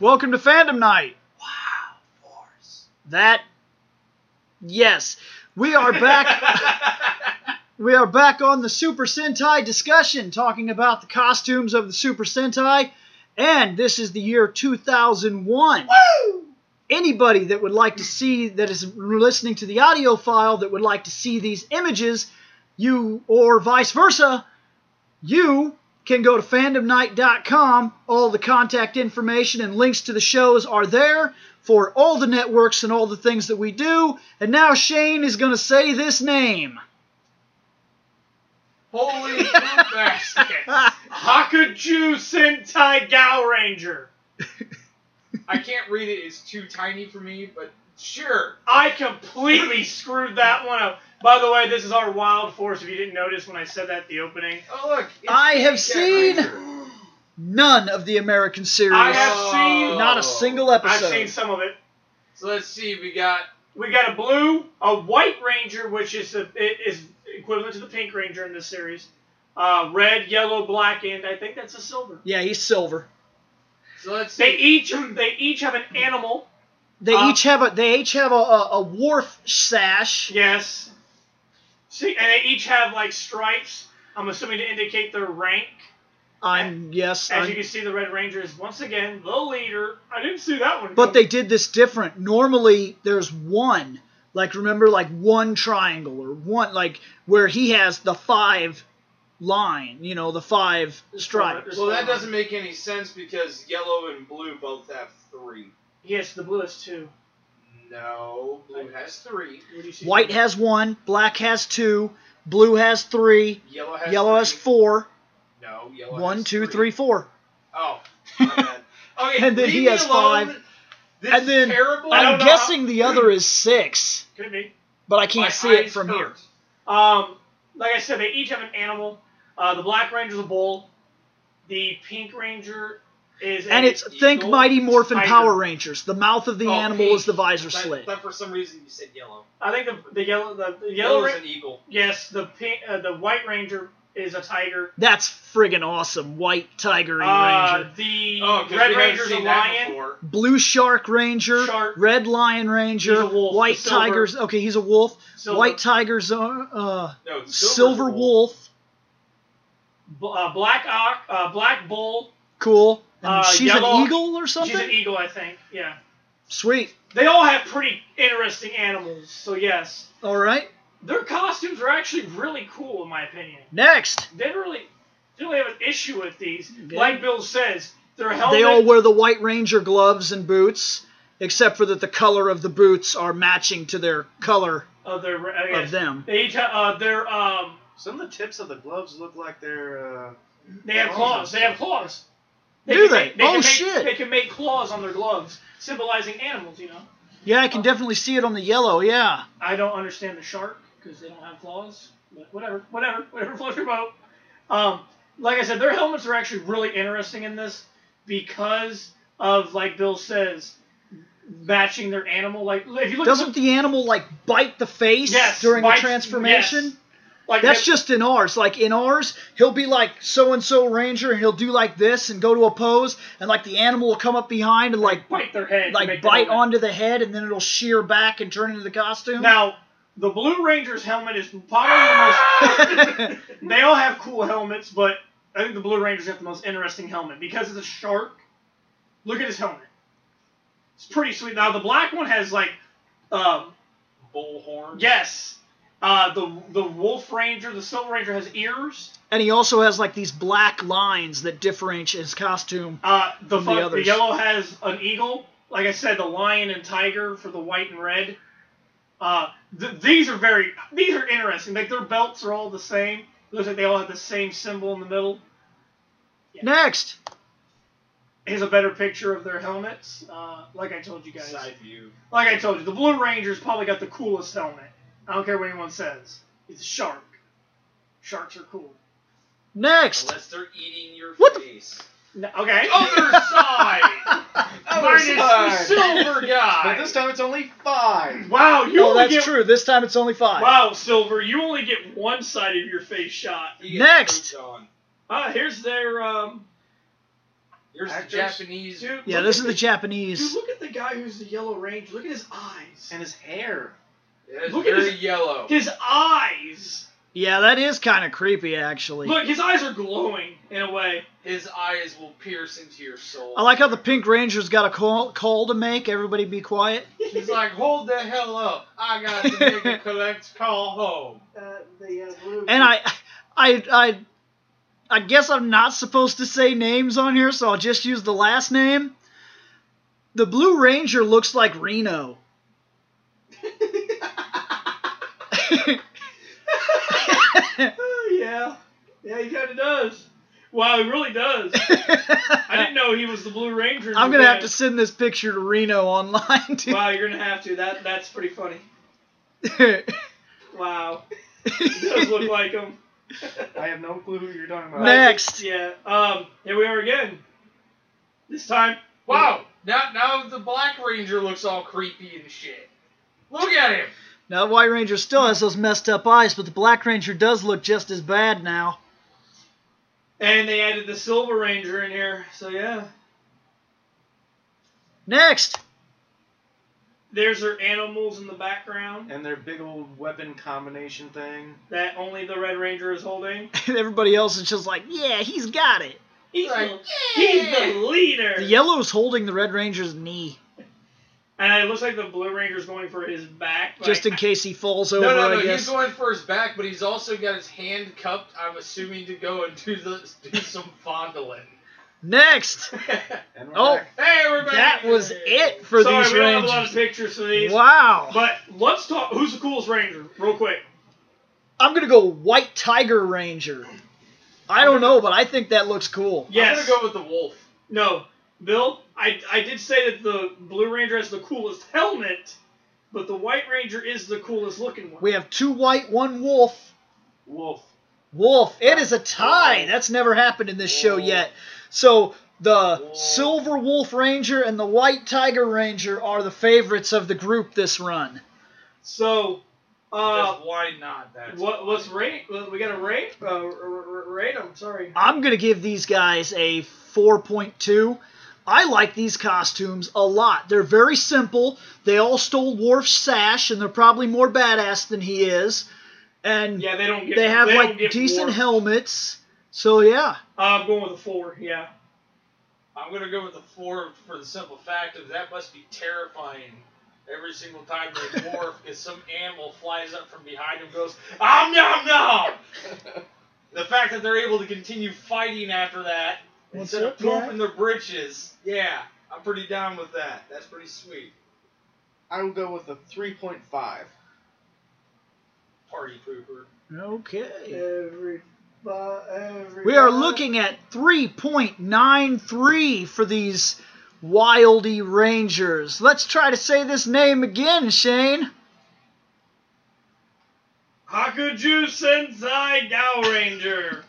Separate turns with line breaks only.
Welcome to Fandom Night.
Wow, force.
That, yes, we are back. we are back on the Super Sentai discussion, talking about the costumes of the Super Sentai, and this is the year 2001.
Woo!
Anybody that would like to see that is listening to the audio file that would like to see these images, you or vice versa, you can go to fandomnight.com. All the contact information and links to the shows are there for all the networks and all the things that we do. And now Shane is going to say this name.
Holy fruit basket. Hakuju Sentai Gal Ranger. I can't read it, it's too tiny for me, but sure.
I completely screwed that one up. By the way, this is our wild force. If you didn't notice when I said that at the opening,
Oh, look. It's
I have
Cat
seen-
Ranger.
None of the American series.
I have seen-
Not a single e- episode.
I've seen some of it.
So let's see, we got.
We got a blue, a white ranger, which is a, it is equivalent to the pink ranger in this series. Uh, red, yellow, black, and I think that's a silver.
yeah, he's silver.
So let's see.
They each they each have an animal.
They
Uh,
each have a they each have a, a, a wharf sash.
Yes. See, and they each have like stripes. I'm assuming to indicate their rank.
I'm yes.
As
I'm-
you can see, the red ranger is once again the leader. I didn't see that one.
but they did this different. Normally, there's one. Like remember, like one triangle or one like where he has the five line. You know, the five stripes.
Well, that doesn't make any sense because yellow and blue both have three.
Yes, the blue is two.
No, blue has three.
What do you see?
White has one. Black has two. Blue has three.
Yellow has
yellow
three.
has four.
No, yellow
One,
has
two,
three.
three, four.
Oh, my bad. Okay,
And then
leave
he
me
has
alone.
five.
This
And
is
then
terrible.
I
I'm
don't know.
guessing the other is six,
Could be.
but I can't
My
see it
eyes
from
hurt.
here.
Um, like I said, they each have an animal. Uh, the black ranger's a bull. The pink ranger is.
And
a
it's think
eagle.
Mighty Morphin
Tiger.
Power Rangers. The mouth of the
Oh,
animal
pink.
is the visor
But-
slit.
But for some reason you said yellow.
I think the the yellow the, the yellow
Yellow's
ranger.
an eagle.
Yes, the pink uh, the white ranger is a tiger.
That's friggin' awesome. White Tiger
Uh,
Ranger.
the
Oh, 'cause we
red
haven't
ranger's a
seen that
lion.
before.
Blue Shark Ranger,
Shark.
Red Lion Ranger,
He's a wolf.
White
Silver.
Tiger's. Okay, he's a wolf.
Silver.
White Tiger's uh, uh,
No, it's
Silver,
wolf.
wolf.
B- uh, black ox. Uh, black bull.
Cool. And
Uh,
she's
yellow.
an eagle or something.
She's an e- eagle, I think. Yeah.
Sweet.
They all have pretty interesting animals. So yes,
All right.
their costumes are actually really cool in my opinion.
Next,
they don't really they don't have an issue with these.
Okay.
Like Bill says, their helmet.
they all wear the White Ranger gloves and boots, except for that the color of the boots are matching to their color
of their I
of
guess,
them.
they each have, uh, their um
Some of the tips of the gloves look like they're. Uh,
they have claws. They have claws.
Do
can
they?
Make,
Oh,
can make,
shit.
They can make claws on their gloves, symbolizing animals. You know.
Yeah, I can definitely see it on the yellow. Yeah.
I don't understand the shark because they don't have claws. But whatever, whatever, whatever floats your boat. Um, like I said, their helmets are actually really interesting in this because of like Bill says, matching their animal. Like if you look,
Doesn't the animal like bite the face
Yes,
during
bites-
the transformation?
yes. like
That's
if-
just in ours. Like in ours, he'll be like so and so ranger, and he'll do like this and go to a pose, and like the animal will come up behind and like
bite their head. to
like
make
bite
the helmet.
onto the head, and then it'll shear back and turn into the costume.
Now, the Blue Ranger's helmet is probably the most. they all have cool helmets, but I think the Blue Rangers have the most interesting helmet because it's a shark. Look at his helmet. It's pretty sweet. Now the black one has like, um,
Bull horn.
yes, uh, the the Wolf Ranger, the Silver Ranger has ears.
and he also has like these black lines that differentiate his costume.
Uh, the,
From the
fu- the
others.
yellow has an eagle. Like I said, the lion and tiger for the white and red. Uh, th- these are very these are interesting. Like their belts are all the same. It looks like they all have the same symbol in the middle.
Next,
Here's a better picture of their helmets. Uh, like I told you guys.
Side view.
Like I told you, the Blue Ranger's probably got the coolest helmet. I don't care what anyone says. He's a shark. Sharks are cool.
next.
Unless they're eating your
What the-
face.
No, okay.
Other side. Other
Minus
side.
the
silver guy.
but this time it's only five.
Wow, you
oh,
only
that's
get
true. This time it's only five.
wow, Silver. You only get one side of your face shot.
He gets
Next.
pooped on.
Uh, here's their um,
Here's the
Actors.
Japanese.
Dude,
Yeah,
look
this
at
is the
the,
Japanese.
dude. Look at the guy who's the Yellow Ranger. Look at his eyes.
And his hair.
It's
Look at
very
his-
yellow.
His eyes.
Yeah, that is kind of creepy, actually.
Look, his eyes are glowing in a way.
His eyes will pierce into your soul.
I like how the Pink Ranger's got a call, call to make. Everybody be quiet.
He's
uh,
like, hold the hell up. I got to make a collect call home.
Uh, the uh, blue.
And I, I, I, I guess I'm not supposed to say names on here, so I'll just use the last name. The Blue Ranger looks like Reno.
Oh, yeah, yeah, he kind of does. Wow, he really does. I didn't know he was the Blue Ranger.
I'm gonna have to
Okay.
send this picture to Reno online too.
Wow, you're gonna have to. That that's pretty funny. Wow, he does look like him.
I have no clue who you're talking about.
Next,
Yeah. Um. Here we are again. This time.
Wow. Now, now the Black Ranger looks all creepy and shit. Look at him.
now the White Ranger still has those messed up eyes, but the Black Ranger does look just as bad now.
And they added the Silver Ranger in here. So yeah,
Next,
there's their animals in the background
And their big old weapon combination thing.
that only the Red Ranger is holding.
everybody else is just like, yeah, he's got it.
He's,
Right.
the, he's the leader.
The yellow's holding the Red Ranger's knee,
And it looks like the Blue Ranger's going for his back. Like,
just in case he falls over.
no, no, no.
I
He's
guess.
going for his back, but he's also got his hand cupped. I'm assuming to go and do the do some fondling.
Next,
hey,
And we're
Oh.
back.
everybody.
that was it for
Sorry,
these
we don't have a lot
Rangers.
of pictures for these.
Wow,
But let's talk. Who's the coolest Ranger, real quick?
I'm gonna go White Tiger Ranger. I don't know, but I think that looks cool.
Yes.
I'm gonna go with the wolf.
No, Bill. I I did say that the Blue Ranger has the coolest helmet, but the White Ranger is the coolest looking one.
We have two white, one wolf.
Wolf.
Wolf. It is a tie. That's never happened in this show yet. So the Silver Wolf Ranger and the White Tiger Ranger are the favorites of the group this run.
So, uh,
'Cause why not? That's
what let's
why.
rate? well, We gotta rate. Uh, r- r- rate them. Sorry.
I'm going to give these guys a 4.2. I like these costumes a lot. They're very simple. They all stole Worf's sash, and they're probably more badass than he is. And
Yeah, they don't get.
they have
don't
like
get
decent
four.
helmets. So yeah,
Uh, I'm going with a four. Yeah.
I'm gonna go with the four for the simple fact of that must be terrifying. Every single time they morph, because some animal flies up from behind them, and goes om nom nom. the fact that they're able to continue fighting after that
What's
instead of
up, Jack?
pooping their britches, yeah, I'm pretty down with that. That's pretty sweet.
I will go with a 3.5.
Party pooper.
okay.
Every.
We are looking at 3.93 for these Wildy Rangers. Let's try to say this name again, Shane.
Hakuju Sensei Gal Ranger.